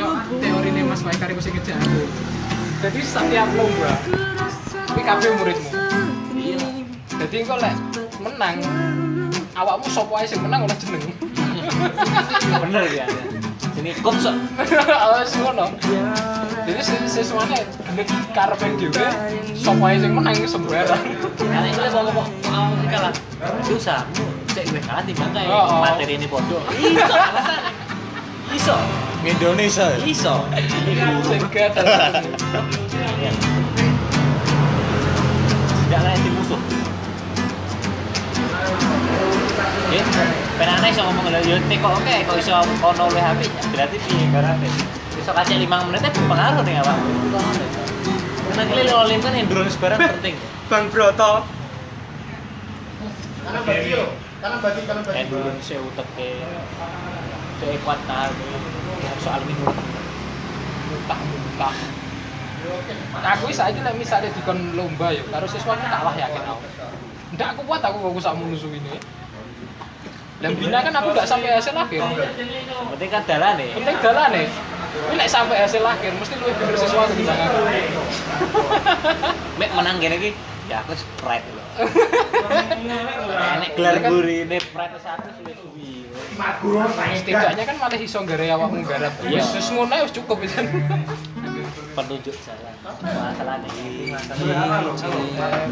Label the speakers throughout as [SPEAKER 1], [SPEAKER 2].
[SPEAKER 1] ah, niku sing ngejak aku. Jadi setiap lomba iki kabeh muridmu.
[SPEAKER 2] Iya.
[SPEAKER 1] Jadi engko lek menang awakmu sapa ae sing menang ora jeneng.
[SPEAKER 2] Bener ya. Ini konsep.
[SPEAKER 1] Wis ngono. Jadi se- sesuatu nek karepe dhewe sapa ae sing menang sembarang.
[SPEAKER 2] Karena itu mau ngomong mau sih kalah. Susah. Cek gue kalah timbang kayak
[SPEAKER 1] Oh, oh.
[SPEAKER 2] materi ini bodoh. Iso alasan. Iso.
[SPEAKER 3] Indonesia.
[SPEAKER 2] Iso.
[SPEAKER 1] Sing gatel.
[SPEAKER 2] Tidak layak di musuh. Ya, penane iso ngomong lho yo nek kok oke kok iso ono oleh HP berarti piye karate. Iso kasih 5 menit teh pengaruh nih awak. Karena kali lo lim kan endurance barang penting.
[SPEAKER 4] Bang Broto.
[SPEAKER 5] Kanan bagi yo. Kanan bagi, kanan bagi.
[SPEAKER 2] Endurance e uteke. Dek kuat tahan. Ya, Soal ini
[SPEAKER 1] Muntah-muntah. Aku wis saiki nek misale dikon lomba yo karo siswaku tak wah yakin aku. Ndak aku kuat aku fokus sak musuh ini. Lah bina kan aku ndak sampai hasil akhir.
[SPEAKER 2] penting kan dalane.
[SPEAKER 1] Penting dalane. Kuwi nek sampai hasil akhir mesti luwih bener siswa ketimbang aku.
[SPEAKER 2] Mek menang gini ki, ya aku sprite lho. Enek
[SPEAKER 3] Gelar gurine.
[SPEAKER 2] sprite satu suwi-suwi.
[SPEAKER 1] Setidaknya kan malah iso gara awakmu garap.
[SPEAKER 2] Iya.
[SPEAKER 1] Wis wis ngono ae wis cukup wis.
[SPEAKER 2] Penunjuk jalan. Masalah nih.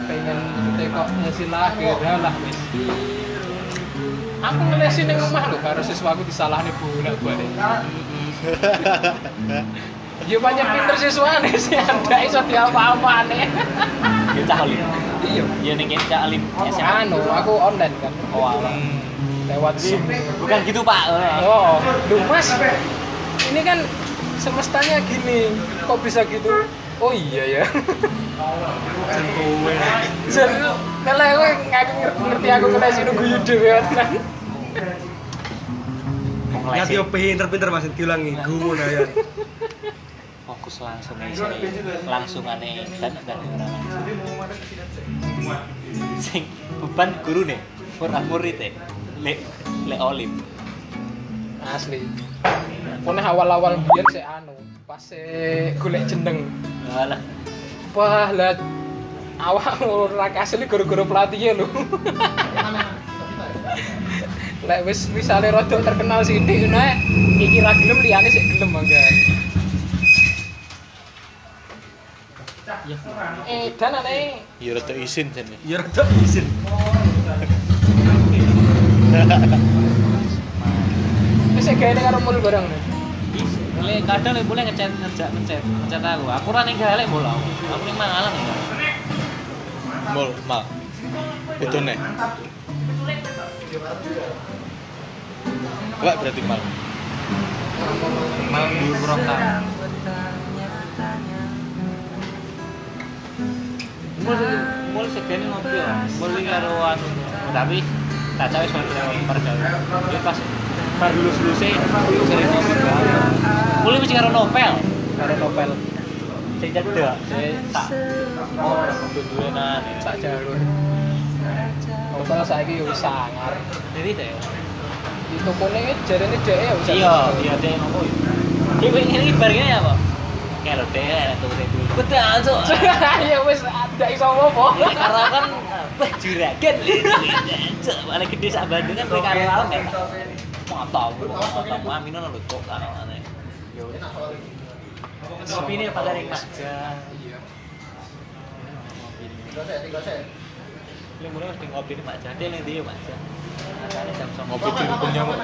[SPEAKER 1] pengen tekok hasil akhir ya lah wis. Aku ngelesi ning omah lho karo siswaku disalahne bolak-balik. Ya banyak pinter siswane sih, ndak iso diapa-apane.
[SPEAKER 2] Ya cah alim.
[SPEAKER 1] Iya.
[SPEAKER 2] Ya ning kene cah alim SMA.
[SPEAKER 1] Anu, aku online kan.
[SPEAKER 2] Oh, alah.
[SPEAKER 1] Lewat Zoom.
[SPEAKER 2] Bukan gitu, Pak.
[SPEAKER 1] Oh, duh mas, ini kan semestanya gini, kok bisa gitu? Oh iya ya. Jadi, kalau aku ngaku ngerti, ngerti aku kena sini guyu dhewe kan.
[SPEAKER 2] Mau
[SPEAKER 4] Ya
[SPEAKER 2] ngelesin.
[SPEAKER 4] yo pinter-pinter Mas diulangi. Gumun ya.
[SPEAKER 2] fokus langsung aja langsung aneh dan dan orang langsung sing beban guru nih murah murid eh le le olim
[SPEAKER 1] Asli. Pokoknya awal-awal biar saya anu, pas saya golek jeneng.
[SPEAKER 2] alah
[SPEAKER 1] Wah lah, awak ora asli gara-gara pelatihnya lho. Lek wis misale rodok terkenal sithik ngono ae, iki ra gelem liyane sik gelem mangga. Eh, dan aneh
[SPEAKER 3] Ya rada isin jane.
[SPEAKER 4] Ya rada izin.
[SPEAKER 1] wis gawe karo murid bareng. nih.
[SPEAKER 2] le kadang le boleh ngechat ngechat ngechat ngechat aku aku rani gale mulu aku aku ning mangalan ya
[SPEAKER 3] Mul, mal. Itu nih. Enggak berarti mal.
[SPEAKER 2] mau diurut ta mul mul segene ngopi ya mul iki karo anu tapi tak tahu soal pergaulan ya pas pas lulus lulus sering ngopi banget mul iki mesti karo novel karo novel sing cedak sing tak oh dundurenan
[SPEAKER 1] sak jalur. Total saiki yo wis sangar.
[SPEAKER 2] jadi teh
[SPEAKER 1] Di tokone jarene dhek ya wis.
[SPEAKER 2] iya iya teh ngopo ya dia pengen ini barangnya apa kayak lo teh ada tuh teh dulu betul langsung
[SPEAKER 1] Ya wis ada iso apa-apa.
[SPEAKER 2] karena kan wah juragan mana gede sak Bandung kan mereka lawan kan mau tau mau tau mau aminon lho kok kan kopi ini pada yang kerja
[SPEAKER 5] Tiga set, tiga set.
[SPEAKER 2] ini mulai harus di ngopi ini makja dia yang dia makja acaranya jam songo
[SPEAKER 3] Ngopi di hukum nyamuk.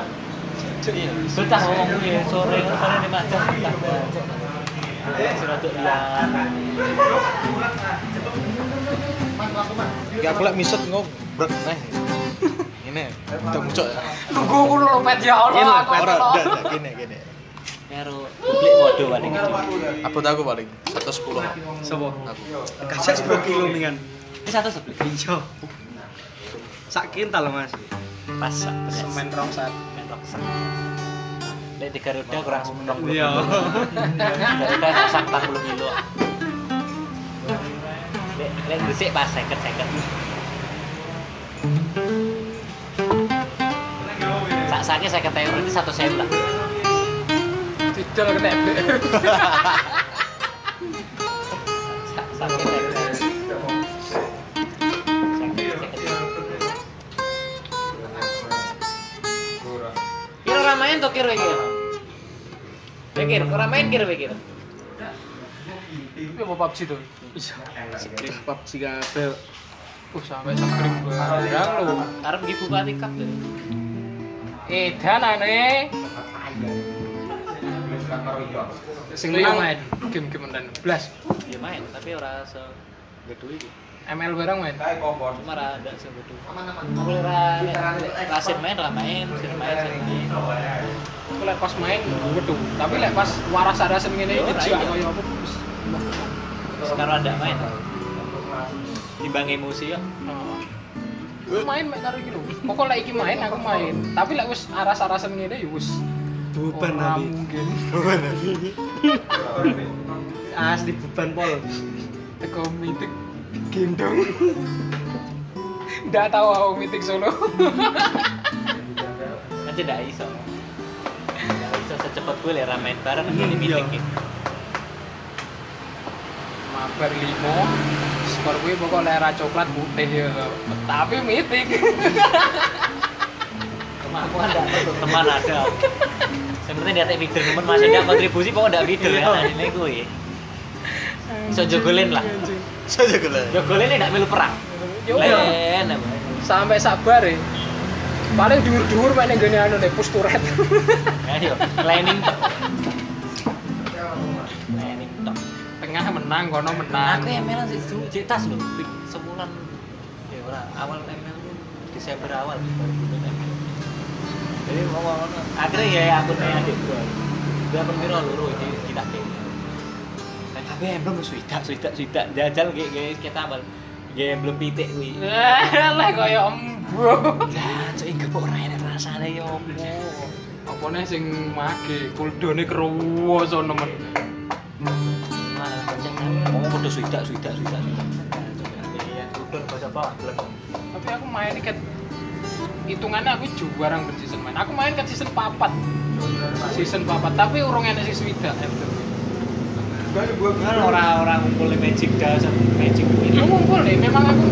[SPEAKER 2] betah ngomong ya sore sore ini makja betah betah surat tuh hilang
[SPEAKER 5] Mas, aku mas.
[SPEAKER 3] Ya aku lek miset ngobrek neh. Ini udah muncul ya.
[SPEAKER 1] Nunggu aku lho pet ya
[SPEAKER 2] Iya,
[SPEAKER 3] Ini
[SPEAKER 1] Allah aku.
[SPEAKER 3] ora
[SPEAKER 1] lho.
[SPEAKER 3] ndak ndak, gini gini.
[SPEAKER 2] karo publik waduh paling gede
[SPEAKER 3] Upload aku paling 110
[SPEAKER 4] Sopo?
[SPEAKER 3] aku.
[SPEAKER 4] Kajak 10 kilo mingan.
[SPEAKER 2] ini satu sebelah
[SPEAKER 4] Iya. Sak kintal Mas.
[SPEAKER 2] pas sak belas.
[SPEAKER 1] Semen rongsat.
[SPEAKER 2] main rockset Lek di Garuda kurang 10 kilo.
[SPEAKER 4] Iya.
[SPEAKER 2] Garuda rockset 40 kilo. Lek lek Gresik pas 50 50. Sak sake 50 euro ini satu sen lah.
[SPEAKER 1] Didol kena blek.
[SPEAKER 2] Sa- sakit ya. Sakit, sakit. Kira ora main to kira iki. Pikir, ora main kira pikir.
[SPEAKER 1] Ini mau PUBG tuh.
[SPEAKER 3] Game PUBG kabel.
[SPEAKER 1] Uh, sampai sekrim barang lu.
[SPEAKER 2] Arep dibuka tikap lho.
[SPEAKER 1] Edan aneh.
[SPEAKER 3] Sing
[SPEAKER 1] Lu yang main
[SPEAKER 3] menang
[SPEAKER 1] game-game online. Blas.
[SPEAKER 2] Ya main, tapi ora se gedhe iki.
[SPEAKER 1] ML barang main.
[SPEAKER 2] Cuma ora ada se gedhe.
[SPEAKER 5] Aman-aman.
[SPEAKER 2] Mulai ra nek rasin main ra main, sing main sing main.
[SPEAKER 1] Aku lek pas main waduh, tapi lek pas waras arasen ngene
[SPEAKER 2] Yo, iya.
[SPEAKER 1] iki
[SPEAKER 2] rai.
[SPEAKER 1] jiwa koyo apa wis.
[SPEAKER 2] Sekarang ada main. Timbang emosi ya.
[SPEAKER 1] Nah. Aku main main karo iki lho. Pokok lek iki main aku main. Tapi lek wis aras-arasen ngene ya wis
[SPEAKER 4] Beban
[SPEAKER 1] ora
[SPEAKER 4] tapi.
[SPEAKER 1] mungkin.
[SPEAKER 4] Beban tapi. Asli beban pol.
[SPEAKER 1] Teko mitik gendong. Nggak tahu aku mitik solo.
[SPEAKER 2] Nanti ndak iso. Ndak iso secepat gue lek ra main bareng
[SPEAKER 4] Hmm,
[SPEAKER 2] ini
[SPEAKER 4] iya.
[SPEAKER 2] meeting. iki.
[SPEAKER 1] Mabar limo. Skor gue pokok lek ra coklat putih ya. Tapi mitik.
[SPEAKER 2] Teman ada, teman ada. Sebenarnya dia tak feeder teman masih ada kontribusi pokoknya ndak feeder
[SPEAKER 4] Iya.
[SPEAKER 2] ya ini gue. Iso jogolin lah.
[SPEAKER 3] saja kalian.
[SPEAKER 2] Jogolin ini ndak melu perang.
[SPEAKER 4] Iya.
[SPEAKER 1] Yo.
[SPEAKER 2] Len, apa?
[SPEAKER 1] Sampai sabar ya. Paling dhuwur-dhuwur main yang gini anu deh, push to red.
[SPEAKER 2] Ayo, landing top. Landing top.
[SPEAKER 1] Tengah menang, kono menang.
[SPEAKER 2] Aku ML sih dulu cek tas lho, Pik- sebulan ya ora awal ML tuh Desember awal baru bulan ML. Jadi mau mau akhirnya ya aku nanya adik gua. Dia akun viral loro di kita Dan aku emblem suidak suidak suidak jajal kayak kayak kita abal. Kayak emblem pitik kuwi.
[SPEAKER 1] Eh, Lah koyo embo.
[SPEAKER 2] Lah, cok enggak kok ora enak rasane ya opo.
[SPEAKER 1] Apa nih sing mage, kuldone keruwo so nemen.
[SPEAKER 2] Malah pancen aku mau podo suidak suidak suidak suidak. Nah, cok, ya, udah baca bawah, belum.
[SPEAKER 1] Tapi aku main ket hitungannya aku juara ben season main. Aku main ket season papat. Season papat, tapi urung enak sing swidak.
[SPEAKER 2] Kan orang-orang ngumpul di magic dah sama magic
[SPEAKER 1] Aku
[SPEAKER 2] ini.
[SPEAKER 1] ngumpul deh, memang aku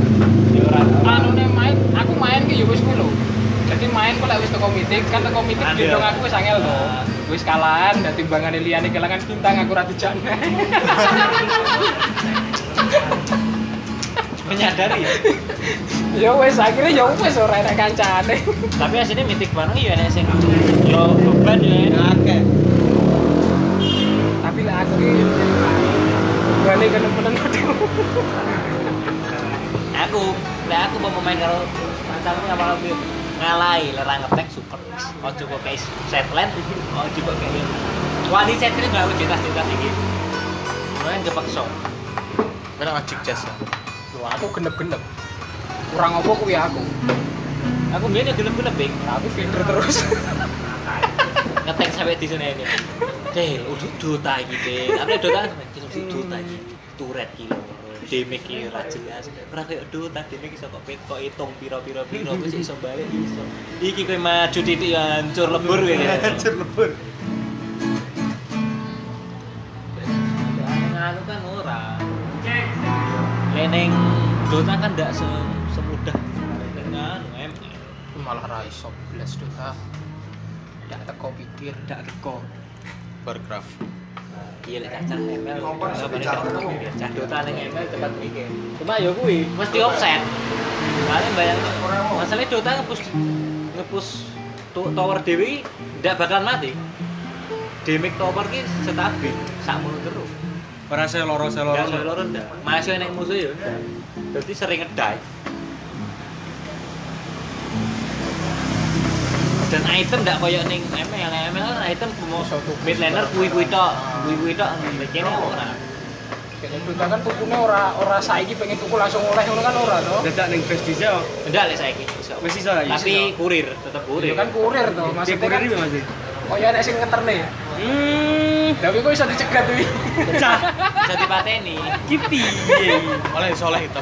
[SPEAKER 2] Ya orang
[SPEAKER 1] anu main, aku main ki yo wis kuwi lho. Jadi main ku lek wis teko mitik, kan teko mitik
[SPEAKER 2] Andel.
[SPEAKER 1] gendong aku wis angel lho.
[SPEAKER 2] Ah.
[SPEAKER 1] Wis kalahan dan timbangane liyane kelangan bintang aku ra dijane.
[SPEAKER 2] menyadari ya.
[SPEAKER 1] Ya wis akhirnya ya wis ora enak kancane.
[SPEAKER 2] Tapi aslinya mitik bareng ya enak sing yo beban ya enak.
[SPEAKER 4] Oke.
[SPEAKER 1] tapi lah aku ini berani kan temen
[SPEAKER 2] Aku, nah aku mau main karo pacarku sama aku ngalai lerang ngetek super. Ojo kok guys setland, ojo kok kayak. Wah di setland nggak aku cerita cerita lagi. Main kepaksa.
[SPEAKER 3] Mereka magic ya. chess.
[SPEAKER 1] aku genep-genep kurang apa kuwi aku
[SPEAKER 2] Aku biasanya gelem-gelem bing.
[SPEAKER 1] aku filter terus
[SPEAKER 2] ngetek sampai di sana ini Del, udah Dota iki Del Apa Dota kan sampai di Dota iki Turet iki lho. Damage iki ora jelas Ora kayak Dota, damage iso kok pet- kok hitung piro-piro-piro Aku sih iso balik iso Iki kowe maju titik ya hancur lebur kowe
[SPEAKER 4] Hancur lebur.
[SPEAKER 2] Anu kan ora Leneng Dota kan ndak se- semudah dengan ML
[SPEAKER 1] malah ra iso blas dota ndak teko pikir ndak teko
[SPEAKER 3] Warcraft.
[SPEAKER 2] Iya, lek cacah ML. Apa nih cacah Dota ning ML tempat mikir. Cuma ya kuwi mesti offset. Soalnya banyak masalahnya Dota nge-push nge-push to- tower dewi ndak bakal mati. Damage tower ki stabil, sak mulu terus.
[SPEAKER 4] Ora saya loro saya
[SPEAKER 2] Ndak
[SPEAKER 4] loro.
[SPEAKER 2] loro ndak. Masih enek musuh ya. ndak. Dadi sering ngedive. dan item ndak koyo ning ML ML kan item mau mid laner kuwi-kuwi tok kuwi-kuwi tok mikirnya ora
[SPEAKER 1] kayaknya dota kan tukune ora ora saiki pengen tuku langsung oleh ngono kan ora to
[SPEAKER 4] Dadak ning face dija
[SPEAKER 2] Enggak lah saya iso.
[SPEAKER 4] Wis iso lah, iya,
[SPEAKER 2] Tapi
[SPEAKER 4] iso. Iya,
[SPEAKER 2] kurir, tetap kurir.
[SPEAKER 1] Ya kan kurir to
[SPEAKER 4] Masih
[SPEAKER 1] maksudnya
[SPEAKER 4] kurir
[SPEAKER 1] kan
[SPEAKER 4] iki, Mas.
[SPEAKER 1] koyo enek sing ngeterne
[SPEAKER 4] Hmm.
[SPEAKER 1] tapi kok iso dicegat kuwi
[SPEAKER 4] Cah.
[SPEAKER 2] bisa dipateni.
[SPEAKER 4] Kipi. piye?
[SPEAKER 3] Oleh soleh itu.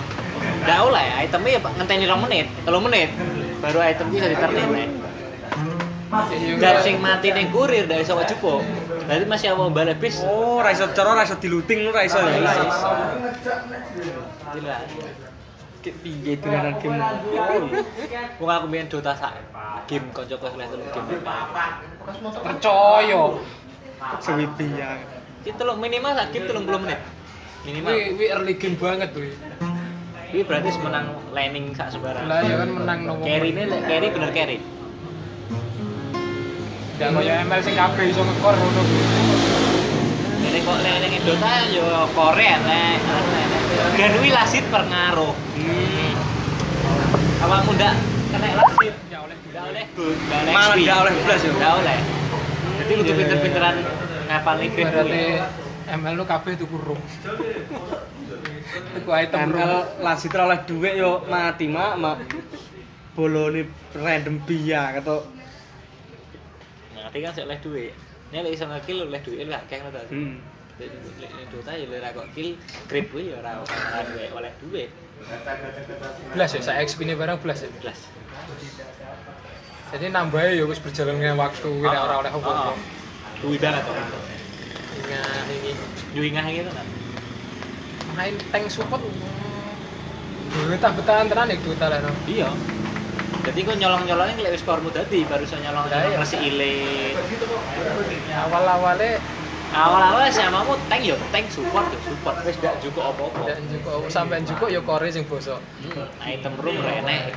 [SPEAKER 2] Enggak
[SPEAKER 4] Iya,
[SPEAKER 2] oleh, itemnya ya Pak, ngenteni 2 menit, 3 menit baru item bisa ditertene. Dan sing mati ning kurir dari sawah jepok. Berarti masih awal balik bis.
[SPEAKER 4] Oh, ra iso cara ra iso diluting ngono ra iso ya.
[SPEAKER 2] Ra iso. Gila. Kayak piye dolanan game. Wong aku main Dota sak game kanca kelas kelas telu game.
[SPEAKER 1] Percaya.
[SPEAKER 4] Sewibi ya.
[SPEAKER 2] Ki telung minimal sak game 30 menit. Minimal.
[SPEAKER 1] Wi wi early game banget tuh.
[SPEAKER 2] Kuwi berarti menang laning sak sembarang.
[SPEAKER 1] Lah ya kan menang nopo.
[SPEAKER 2] Carry ini lek carry bener carry.
[SPEAKER 1] Dan koyo ML sing kabeh iso ngekor ngono kuwi.
[SPEAKER 2] Ini kok laning Dota yo koren lek. anu, lek. Dan kuwi lasit pengaruh. Awakmu ndak kena lasit.
[SPEAKER 1] Ya oleh
[SPEAKER 2] Nggak oleh good, nggak oleh
[SPEAKER 4] Malah
[SPEAKER 2] XP.
[SPEAKER 4] nggak oleh blas ya?
[SPEAKER 2] Nggak oleh. Jadi kudu pinter-pinteran ngapalin grade
[SPEAKER 1] Iya, Berarti
[SPEAKER 2] kuwi.
[SPEAKER 1] ML lu kabeh tuku rum. Tuku item rum.
[SPEAKER 4] ML lanjut ra oleh dhuwit yo mati mak mak. Bolone random biya ketok.
[SPEAKER 2] Ngerti kan sik oleh duit. Nek lek iso ngekill oleh duit lu akeh ngono ta.
[SPEAKER 4] Hmm.
[SPEAKER 2] Lek lek- lek Dota ya lek ra kok kill grade kuwi ya ora ora duit, oleh duit.
[SPEAKER 1] Blas ya, sak XP-ne barang blas ya.
[SPEAKER 2] Jelas.
[SPEAKER 1] Jadi nambahnya ya wis berjalan dengan waktu wis
[SPEAKER 2] Ah,
[SPEAKER 1] ora oleh
[SPEAKER 2] ah.
[SPEAKER 1] apa-apa.
[SPEAKER 2] Duit banget kok.
[SPEAKER 1] Nah, ini
[SPEAKER 2] Duit ngah gitu kan.
[SPEAKER 1] main tank support betah betahan tenan ya Dota lah no.
[SPEAKER 2] Iya. Jadi kok nyolong-nyolongnya lek wis kormu dadi baru iso nyolong
[SPEAKER 1] Lah, iya.
[SPEAKER 2] resi ile.
[SPEAKER 1] Awal-awalnya
[SPEAKER 2] Awal-awal sama kamu tank yo tank support yo support wis ndak cukup apa-apa.
[SPEAKER 1] dan juga sampean juga ya kore sing bosok.
[SPEAKER 2] Hmm, item room renek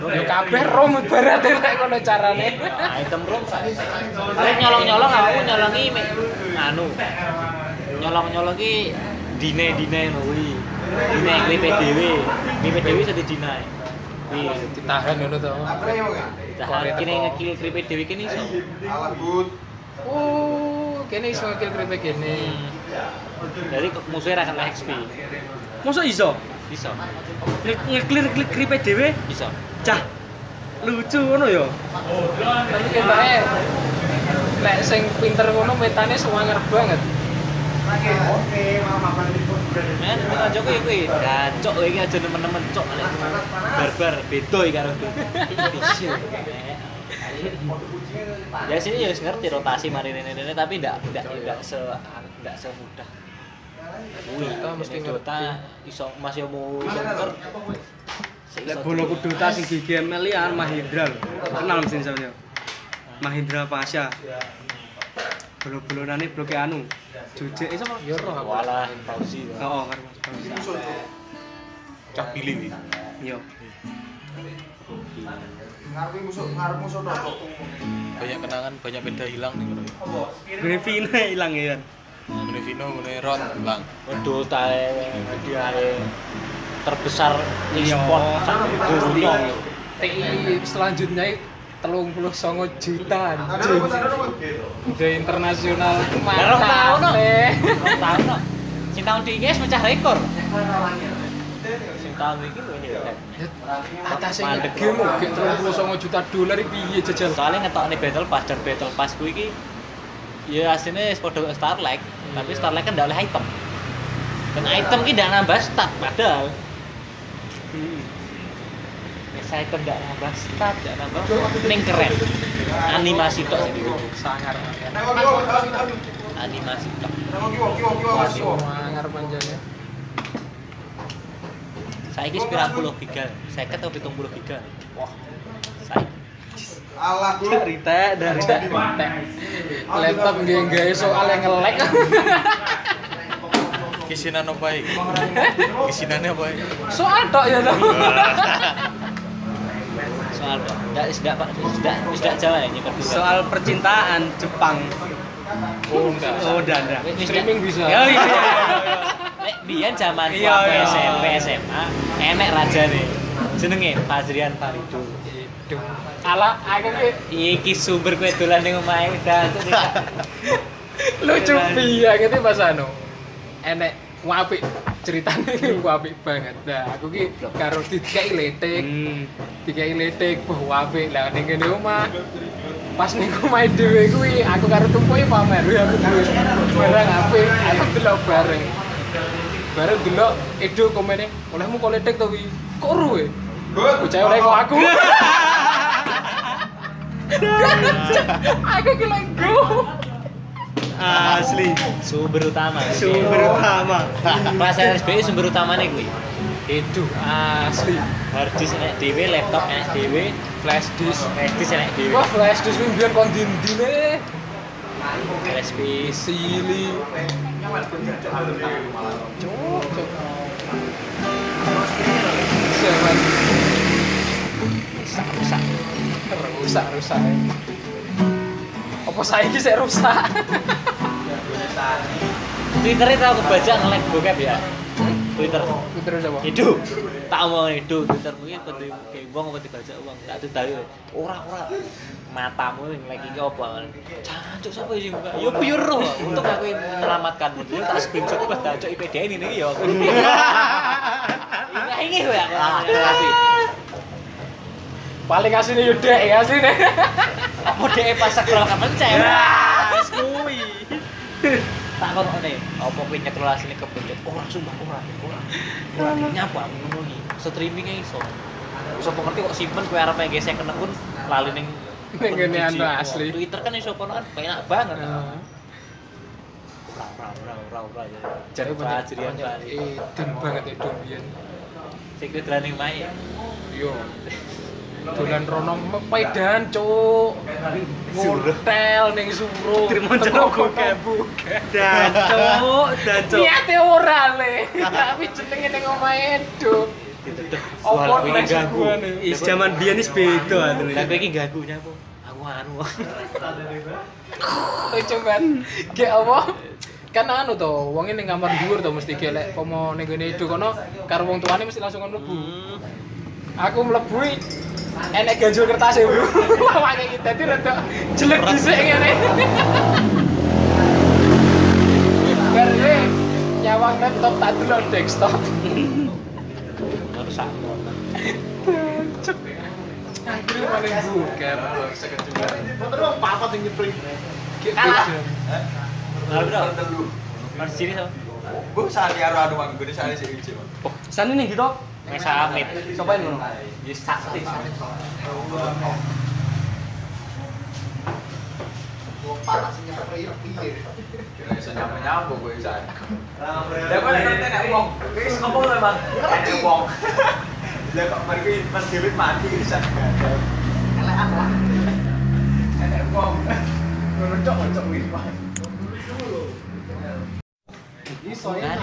[SPEAKER 1] Ya kabeh rom ibarat rek kono carane.
[SPEAKER 2] item room saya nyolong nyolong aku nyolongi me- anu nyolong nyolongi dine dine nuri dine klipe dewi klipe dewi sudah dina iya
[SPEAKER 1] Ditahan ngono to.
[SPEAKER 2] tahan kini ngekili klipe dewi kini so
[SPEAKER 1] Oh, kene iso kill kripe kene.
[SPEAKER 2] jadi kok musuhnya akan XP
[SPEAKER 4] Mosok iso?
[SPEAKER 2] bisa
[SPEAKER 4] Ngeklir klik kripe dhewe
[SPEAKER 2] bisa
[SPEAKER 4] cah. Lucu ngono yo.
[SPEAKER 1] Tapi ketoke lek sing pinter ngono metane suwanger banget.
[SPEAKER 2] Men, itu kan Joko itu Dan cok lagi aja temen-temen cok kali itu. Barbar, bedo iki karo itu Ya sini ya wis ngerti rotasi mari ini ini tapi ndak ndak ndak se ndak semudah.
[SPEAKER 1] Dota
[SPEAKER 2] Wih,
[SPEAKER 1] mesti
[SPEAKER 2] mesti Dota iso Mas yo mau iso ngerti.
[SPEAKER 4] Lek bolo kudota sing GGML lian ah, Mahindra lho. Kenal mesin sampeyan. Mahindra Pasha. Bolo-bolonane bloke e anu. Jujek iso
[SPEAKER 1] Ya roh aku.
[SPEAKER 2] Walah, Fauzi.
[SPEAKER 4] Oh, karo Mas Pasha.
[SPEAKER 3] Cah pilih wih.
[SPEAKER 4] Yo.
[SPEAKER 3] Banyak kenangan, banyak benda hilang nih ngono.
[SPEAKER 4] Grevine ilang ya.
[SPEAKER 3] Ngene Vino, ngene Ron, Bang.
[SPEAKER 2] Dota dia terbesar e-sport
[SPEAKER 4] Iya.
[SPEAKER 2] sak dunia.
[SPEAKER 1] TI selanjutnya telung puluh songo jutaan udah internasional
[SPEAKER 2] Baru tahu, no.
[SPEAKER 1] Leh.
[SPEAKER 2] Rong tahun no. Sing tahun di IGS mecah rekor. Sing tahun iki lho ini.
[SPEAKER 1] atasnya game oke telung puluh songo juta dolar iki piye jajal
[SPEAKER 2] Soalnya ngetokne Battle Pass dan Battle Pass kuwi iki ya aslinya sepeda Starlight, tapi Starlight kan ndak oleh item. Dan item ki ndak nambah stat padahal. Nek saya item ndak nambah stat, ndak nambah. Ning keren. Animasi tok sing ditunjuk.
[SPEAKER 1] sangar
[SPEAKER 2] Animasi tok.
[SPEAKER 1] sangar panjangnya
[SPEAKER 2] Saiki sepira puluh giga, 50 atau 70 giga. Wah. Saiki
[SPEAKER 4] Dari tek dari tek.
[SPEAKER 1] laptop nggih gawe soal yang ngelek
[SPEAKER 3] Kisinan apa iki? Kisinane apa iki?
[SPEAKER 1] soal tok ya to
[SPEAKER 2] soal tok. Ndak ndak Pak, ndak ndak jalan ini kedua.
[SPEAKER 4] Soal percintaan Jepang.
[SPEAKER 1] oh enggak
[SPEAKER 4] Oh, danda.
[SPEAKER 2] Wis- wis
[SPEAKER 1] streaming
[SPEAKER 2] ndak-
[SPEAKER 1] bisa
[SPEAKER 4] Yo iya.
[SPEAKER 2] Lek biyen zaman
[SPEAKER 4] Iya,
[SPEAKER 2] aku
[SPEAKER 4] iya.
[SPEAKER 2] SMP SMA, enek rajane. Jenenge Fazrian Faridu.
[SPEAKER 1] Duh. ala aku ki
[SPEAKER 2] Iki sumber kue dolan ning omahe dan tuh nih, Kak.
[SPEAKER 1] lucu piye gitu Mas Anu. Enek apik ceritane ku apik banget. Nah, aku ki karo dikai letik,
[SPEAKER 4] Hmm.
[SPEAKER 1] dikai letik bahwa apik lah ning kene omah. Pas ning omahe dhewe kuwi aku karo tumpuke pamer ya aku duwe barang apik, aku delok bareng. Bareng delok Edo komennya, "Olehmu kok letik to kuwi?" Kok ru e? Bocah oleh kok aku. Aku kena go.
[SPEAKER 4] Asli,
[SPEAKER 2] sumber utama
[SPEAKER 4] sumber utama.
[SPEAKER 2] kelas RSBI sumber utama nih gue
[SPEAKER 1] Itu asli.
[SPEAKER 2] harddisk enak dewe laptop enak dewe
[SPEAKER 1] Flash disk.
[SPEAKER 2] harddisk enak dewe
[SPEAKER 1] Wah flash disk mimpian kon dindine.
[SPEAKER 2] RSBI
[SPEAKER 1] Sili. Cuk, cuk. Siapa?
[SPEAKER 2] rusak rusak
[SPEAKER 1] Rusak, rusak. Apa saiki sik rusak?
[SPEAKER 2] twitternya tau kebaca nge-like bokep ya twitter
[SPEAKER 1] Terus apa?
[SPEAKER 2] hidup tak mau hidup twitter mungkin penting kayak uang apa dibaca uang tak ada tahu ora ora matamu yang lagi ini apa cancuk siapa sih buka yo puyur roh untuk aku yang menyelamatkanmu dulu tak screenshot pas cancuk IPD ini nih yo Ingat ingat ya tapi
[SPEAKER 1] Paling asline yo dek ya asline.
[SPEAKER 2] apa deh pas sekolah kapan
[SPEAKER 1] Nah,
[SPEAKER 2] cewek tak kono nih apa kowe nyekel asline Oh, kepencet ora sumpah ora ora ora Oh,
[SPEAKER 1] Hmm.
[SPEAKER 2] nyapa ngono iki streaming e iso iso pengerti kok simpen kowe arep gesek kena pun lali ning
[SPEAKER 1] Ning ngene
[SPEAKER 2] ning
[SPEAKER 1] anu asli.
[SPEAKER 2] Twitter kan iso kono kan enak banget
[SPEAKER 1] Nah,
[SPEAKER 2] ora ora ora ora ora ya
[SPEAKER 1] Jadi
[SPEAKER 2] jare
[SPEAKER 1] banyak
[SPEAKER 2] bajrian bali
[SPEAKER 1] Eden banget Eden biyen.
[SPEAKER 2] sing draning mae
[SPEAKER 1] Iya. Yo. Dolan rono pedan, cuk. Hotel ning Suro.
[SPEAKER 4] Terima cowok
[SPEAKER 1] buka.
[SPEAKER 4] Dan cowok, dan cowok.
[SPEAKER 1] Niate ora le. Tapi jenenge ning omahe Edo.
[SPEAKER 2] didedek
[SPEAKER 1] Apa
[SPEAKER 2] Wah, kowe
[SPEAKER 1] tes
[SPEAKER 2] iki ganggu
[SPEAKER 1] gua nih?
[SPEAKER 4] Is zaman biyen is beda atene.
[SPEAKER 2] lah kowe iki ganggu nyapa aku anu
[SPEAKER 1] lucu banget kayak apa kan anu to wonge ning kamar dhuwur to mesti gelek pomo ning gone idu kono karo wong tuane mesti langsung mlebu aku mlebu i, enek ganjol kertas e bro awake iki dadi rada jelek dhisik ngene Berwe eh, nyawang laptop tak delok desktop
[SPEAKER 2] harus aku
[SPEAKER 1] Cuk. Akhirnya paling buka bro sekejuan
[SPEAKER 5] Motor lu papat yang nyepring.
[SPEAKER 1] Kayak
[SPEAKER 2] Kalah.
[SPEAKER 1] beda.
[SPEAKER 2] Lah bro, harus sini sama.
[SPEAKER 6] Bu sehari aru aru bang, gue sehari sih uji bang.
[SPEAKER 2] Oh,
[SPEAKER 4] Sane ning gitu.
[SPEAKER 2] Mesa Amit.
[SPEAKER 4] Cobain ngono.
[SPEAKER 2] Ya sakti.
[SPEAKER 5] Gua papat yang nyepring piye.
[SPEAKER 6] Kira bisa nyampe nyampe gue bisa. Lah gue nanti nek uang, gue bisa ngomong lah bang. Ada uang. Lah kok mereka pas David mati bisa.
[SPEAKER 5] Kelean lah.
[SPEAKER 6] Ada uang. Ngocok ngocok wih bang.
[SPEAKER 5] Ini soalnya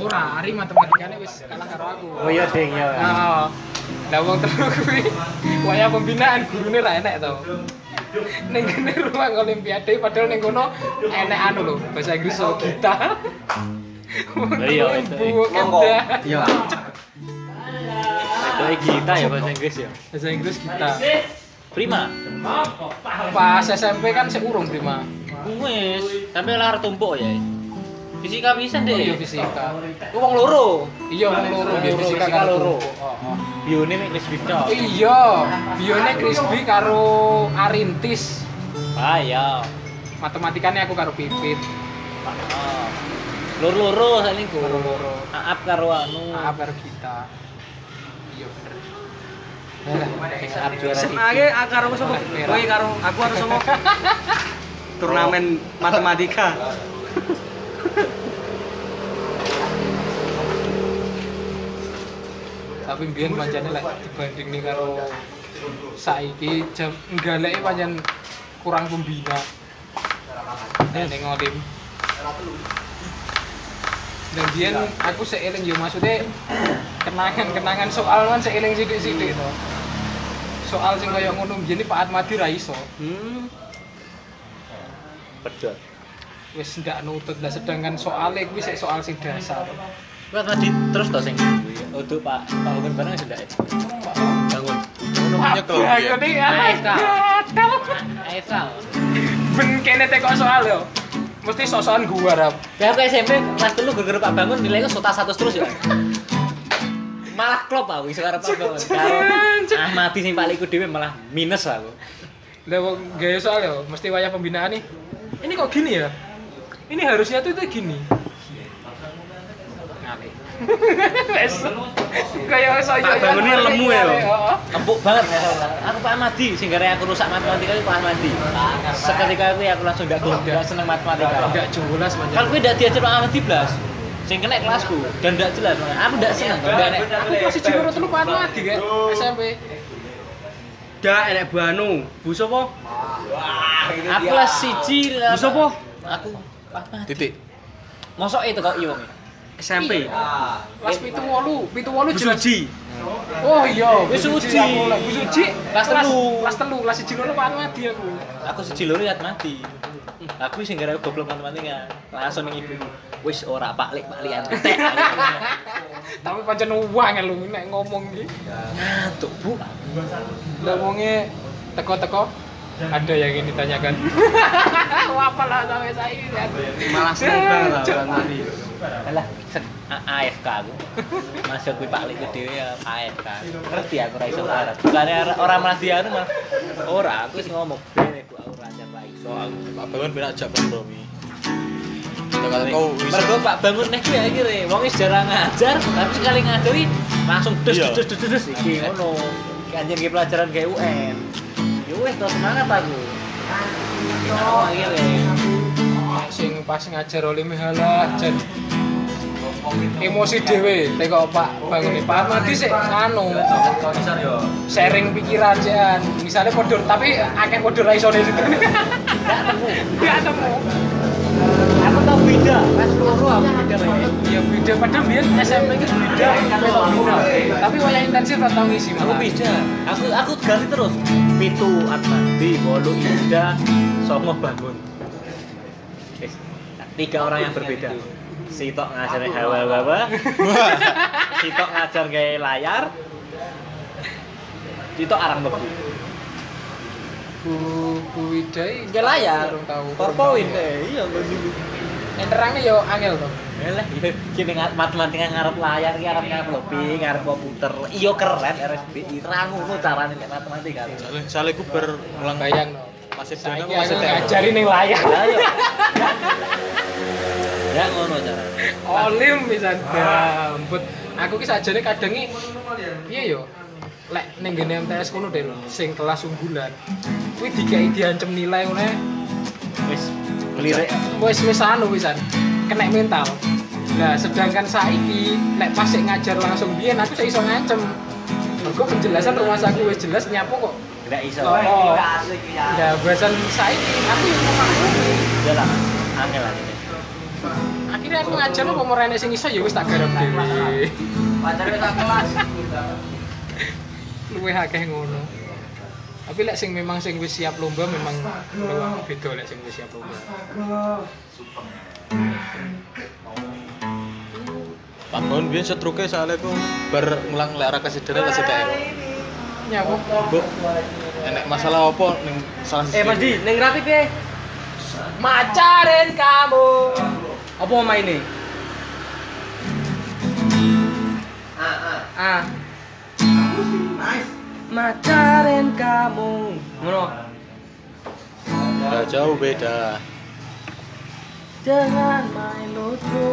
[SPEAKER 1] Ora, Ari matematikane wis kalah karo aku.
[SPEAKER 2] Oh iya ding ya.
[SPEAKER 1] Nah, lah wong telu kuwi waya pembinaan gurune ra enek to. Ning kene ruang olimpiade padahal ning kono enek anu lho, bahasa Inggris so kita.
[SPEAKER 2] Lah iya, itu-
[SPEAKER 6] monggo.
[SPEAKER 1] Iya.
[SPEAKER 2] Itu kita ya bahasa Inggris ya.
[SPEAKER 1] Bahasa Inggris kita.
[SPEAKER 2] Prima.
[SPEAKER 1] Pas SMP kan sik urung prima.
[SPEAKER 2] Wes, tapi lar tumpuk ya. Fisika
[SPEAKER 1] Oh,
[SPEAKER 2] pisan deh.
[SPEAKER 1] Iya fisika.
[SPEAKER 2] Ku wong loro.
[SPEAKER 1] Iya wong loro biar
[SPEAKER 2] Loro,
[SPEAKER 1] fisika
[SPEAKER 2] fisika
[SPEAKER 1] karo
[SPEAKER 2] loro.
[SPEAKER 1] tumpuk. Oh, oh.
[SPEAKER 2] Bione mek Chris Bicca.
[SPEAKER 1] Iya, bione Crispy karo Arintis.
[SPEAKER 2] Ah ya.
[SPEAKER 1] Matematikane aku karo Pipit.
[SPEAKER 2] Ah. Loro-loro saling ku.
[SPEAKER 1] Loro-loro.
[SPEAKER 2] Aap karo anu.
[SPEAKER 1] Ah, baru kita. Iya bener.
[SPEAKER 2] Aap juara
[SPEAKER 4] Semake aku karo sapa? Kowe karo aku karo sapa? Turnamen matematika.
[SPEAKER 1] Tapi biyen pancene lek dibanding nih karo saiki jam nggalae pancen kurang pembina. Nek ning ngolim. Dan biyen aku seiling yo maksudnya kenangan-kenangan soal kan seiling sithik-sithik to. Soal sing kaya ngono biyen iki Pak Atmadi ra iso.
[SPEAKER 4] Hmm.
[SPEAKER 2] Pedot.
[SPEAKER 1] Wis ndak nutut lah sedangkan soalnya kuwi sik soal sing dasar.
[SPEAKER 2] Kuwi tadi terus to sing. Untuk Pak Pak Ugen bareng sudah. Bangun.
[SPEAKER 3] Ngono nyekel
[SPEAKER 1] Ya,
[SPEAKER 3] ya.
[SPEAKER 1] ngene alas
[SPEAKER 2] Eta.
[SPEAKER 1] gatel.
[SPEAKER 2] Ayo tau.
[SPEAKER 1] Ben kene teko soal yo. Mesti sosokan gua rap.
[SPEAKER 2] Ya aku SMP kelas telu gara-gara Pak Bangun nilaiku sota 100 terus ya. Malah klop aku iso karo Pak Bangun. Karo Ahmadi sing paling iku dhewe malah minus aku.
[SPEAKER 1] Lah wong gawe soal yo, mesti wayah pembinaan nih. Ini kok gini ya? Ini harusnya tuh itu gini. Ngale.
[SPEAKER 2] Wes.
[SPEAKER 1] Kayak saya.
[SPEAKER 4] Tak bangunnya lemu ya, Om.
[SPEAKER 1] Heeh.
[SPEAKER 2] empuk banget ya aku Pak Ahmadi sing gara-gara aku rusak matematika itu Pak Ahmadi seketika itu aku langsung gak gelem gak seneng matematika
[SPEAKER 1] Enggak jelas banget.
[SPEAKER 4] Kan-
[SPEAKER 2] kalau gue gak diajar Pak Ahmadi blas sing kena kelasku dan gak jelas aku gak seneng gak enak
[SPEAKER 1] Aku masih juara telu matematika kan SMP.
[SPEAKER 4] Dak enek banu. Bu sapa?
[SPEAKER 2] aku kelas siji
[SPEAKER 4] Bu sapa?
[SPEAKER 2] aku Pak Ahmadi
[SPEAKER 3] Titik.
[SPEAKER 2] mosok itu kok iwong
[SPEAKER 4] SMP.
[SPEAKER 1] Kelas 78, 78
[SPEAKER 4] Bu
[SPEAKER 1] jelas.
[SPEAKER 4] Suji.
[SPEAKER 1] Oh iya,
[SPEAKER 2] Wis
[SPEAKER 1] Bu
[SPEAKER 2] uji.
[SPEAKER 1] aku lah. Bu Suci
[SPEAKER 2] Kelas telu.
[SPEAKER 1] Kelas telu, kelas 1 loro matematika anu aku.
[SPEAKER 2] aku siji loro lihat mati aku sing gara goblok matematika langsung ning ibu wis ora Pak Lek Pak Lian tek
[SPEAKER 1] Tapi pancen uang ya, lu nek ngomong iki.
[SPEAKER 2] ngantuk bu
[SPEAKER 1] Ngomongnya teko-teko ada yang ingin ditanyakan. Wah, apalah sampai saya ini.
[SPEAKER 4] Malah seneng banget lah
[SPEAKER 1] Cuk.
[SPEAKER 4] bulan tadi.
[SPEAKER 2] Alah, sen- A- AFK aku. Masuk kuwi Pak Lik ku dhewe ya, AFK. Ngerti aku ora iso Arab. Bukannya ora- ora malah dia anu malah ora aku wis ngomong dhewe aku ora ajar ra iso aku.
[SPEAKER 3] Pak Bangun berak jak Bang Romi. Kita kata kau wis.
[SPEAKER 2] Mergo Pak Bangun nek kuwi akhire wong wis jarang ngajar, tapi sekali ngajari langsung dus
[SPEAKER 3] Iya.
[SPEAKER 2] dus dus dus dus iki ngono. Iki anjir iki pelajaran kayak UN. Ya wis terus semangat aku. Aku akhire.
[SPEAKER 1] Sing pas ngajar oleh Mihala jadi emosi dhewe teko Pak bangun Pak Ahmadi sik anu
[SPEAKER 6] Kau bisa yo.
[SPEAKER 1] sharing pikiran sih an misalnya podor tapi akeh podor ra iso nih situ
[SPEAKER 2] Enggak temu.
[SPEAKER 1] nggak temu
[SPEAKER 2] Aku tau beda. Pas loro aku beda. Rek.
[SPEAKER 1] ya beda padahal biar SMP itu beda tapi tau bina. tapi wala intensif ra tau ngisi
[SPEAKER 2] aku
[SPEAKER 1] malah
[SPEAKER 2] beda aku aku ganti terus pitu Atmandi Wolu Ida Songo Bangun Wis, tiga orang yang berbeda si tok ngajar hawa hawa si tok ngajar kayak layar si tok arang beku
[SPEAKER 1] bu bu widai
[SPEAKER 2] kayak layar
[SPEAKER 1] Kurang tahu.
[SPEAKER 2] powerpoint eh iya begitu
[SPEAKER 1] yang terangnya yo angel tuh
[SPEAKER 2] Elah, iya. gini ngat- matematika ngarep layar, ki ngarep ngarep lobi, ngarep komputer. Iya keren RSBI, ra ngono carane nek matematika.
[SPEAKER 3] Soalnya- Soalnya gue berulang
[SPEAKER 1] bayang no
[SPEAKER 3] Masih
[SPEAKER 1] saya
[SPEAKER 3] dana
[SPEAKER 1] aku
[SPEAKER 3] masih dana.
[SPEAKER 1] ngajarin yang layar
[SPEAKER 2] Lah, iya. Ya ngono carane.
[SPEAKER 1] olim bisa gambut aku ki sajane kadang iki piye yo lek ning gene MTS kono deh lho, sing kelas unggulan kuwi dikai diancem nilai oleh
[SPEAKER 2] wis kelirik
[SPEAKER 1] wis wis anu wisan kena mental nah sedangkan saiki nek pas sik ngajar langsung biyen aku sik iso ngancem Mergo penjelasan rumah saku wis jelas nyapu kok
[SPEAKER 2] nggak iso
[SPEAKER 1] Oh, oh.
[SPEAKER 6] Asik ya.
[SPEAKER 1] nah bahasan saiki aku yang memaklumi
[SPEAKER 2] udah lah angel lah ini
[SPEAKER 1] akhirnya aku ngajar apa mau rene sing iso ya wis tak garap dhewe
[SPEAKER 6] Pacarnya tak kelas.
[SPEAKER 1] luwih akeh ngono tapi lek sing memang sing wis siap lomba memang memang beda lek sing wis siap lomba
[SPEAKER 3] Pak Bangun biar setruknya soalnya gue berulang lara kasih dana kasih dana.
[SPEAKER 1] nyapu
[SPEAKER 3] Bu, enek masalah apa ning salah
[SPEAKER 4] Eh
[SPEAKER 3] sisi?
[SPEAKER 4] Mas Di, ning rapi piye?
[SPEAKER 1] macarin kamu
[SPEAKER 4] Apa omahe ini? Ah. Macarin kamu. Ngono.
[SPEAKER 3] Nggak jauh beda.
[SPEAKER 4] Jangan main lucu.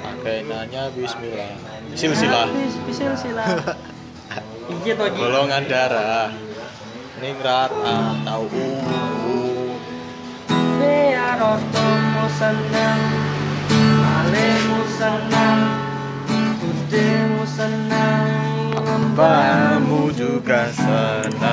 [SPEAKER 3] Pakai nanya bismillah. Silsilah.
[SPEAKER 4] Silsilah. Iki to iki.
[SPEAKER 3] Golongan darah. Ningrat atau u.
[SPEAKER 4] Biar otomu senang Malemu senang Budemu senang
[SPEAKER 3] Bamu juga senang.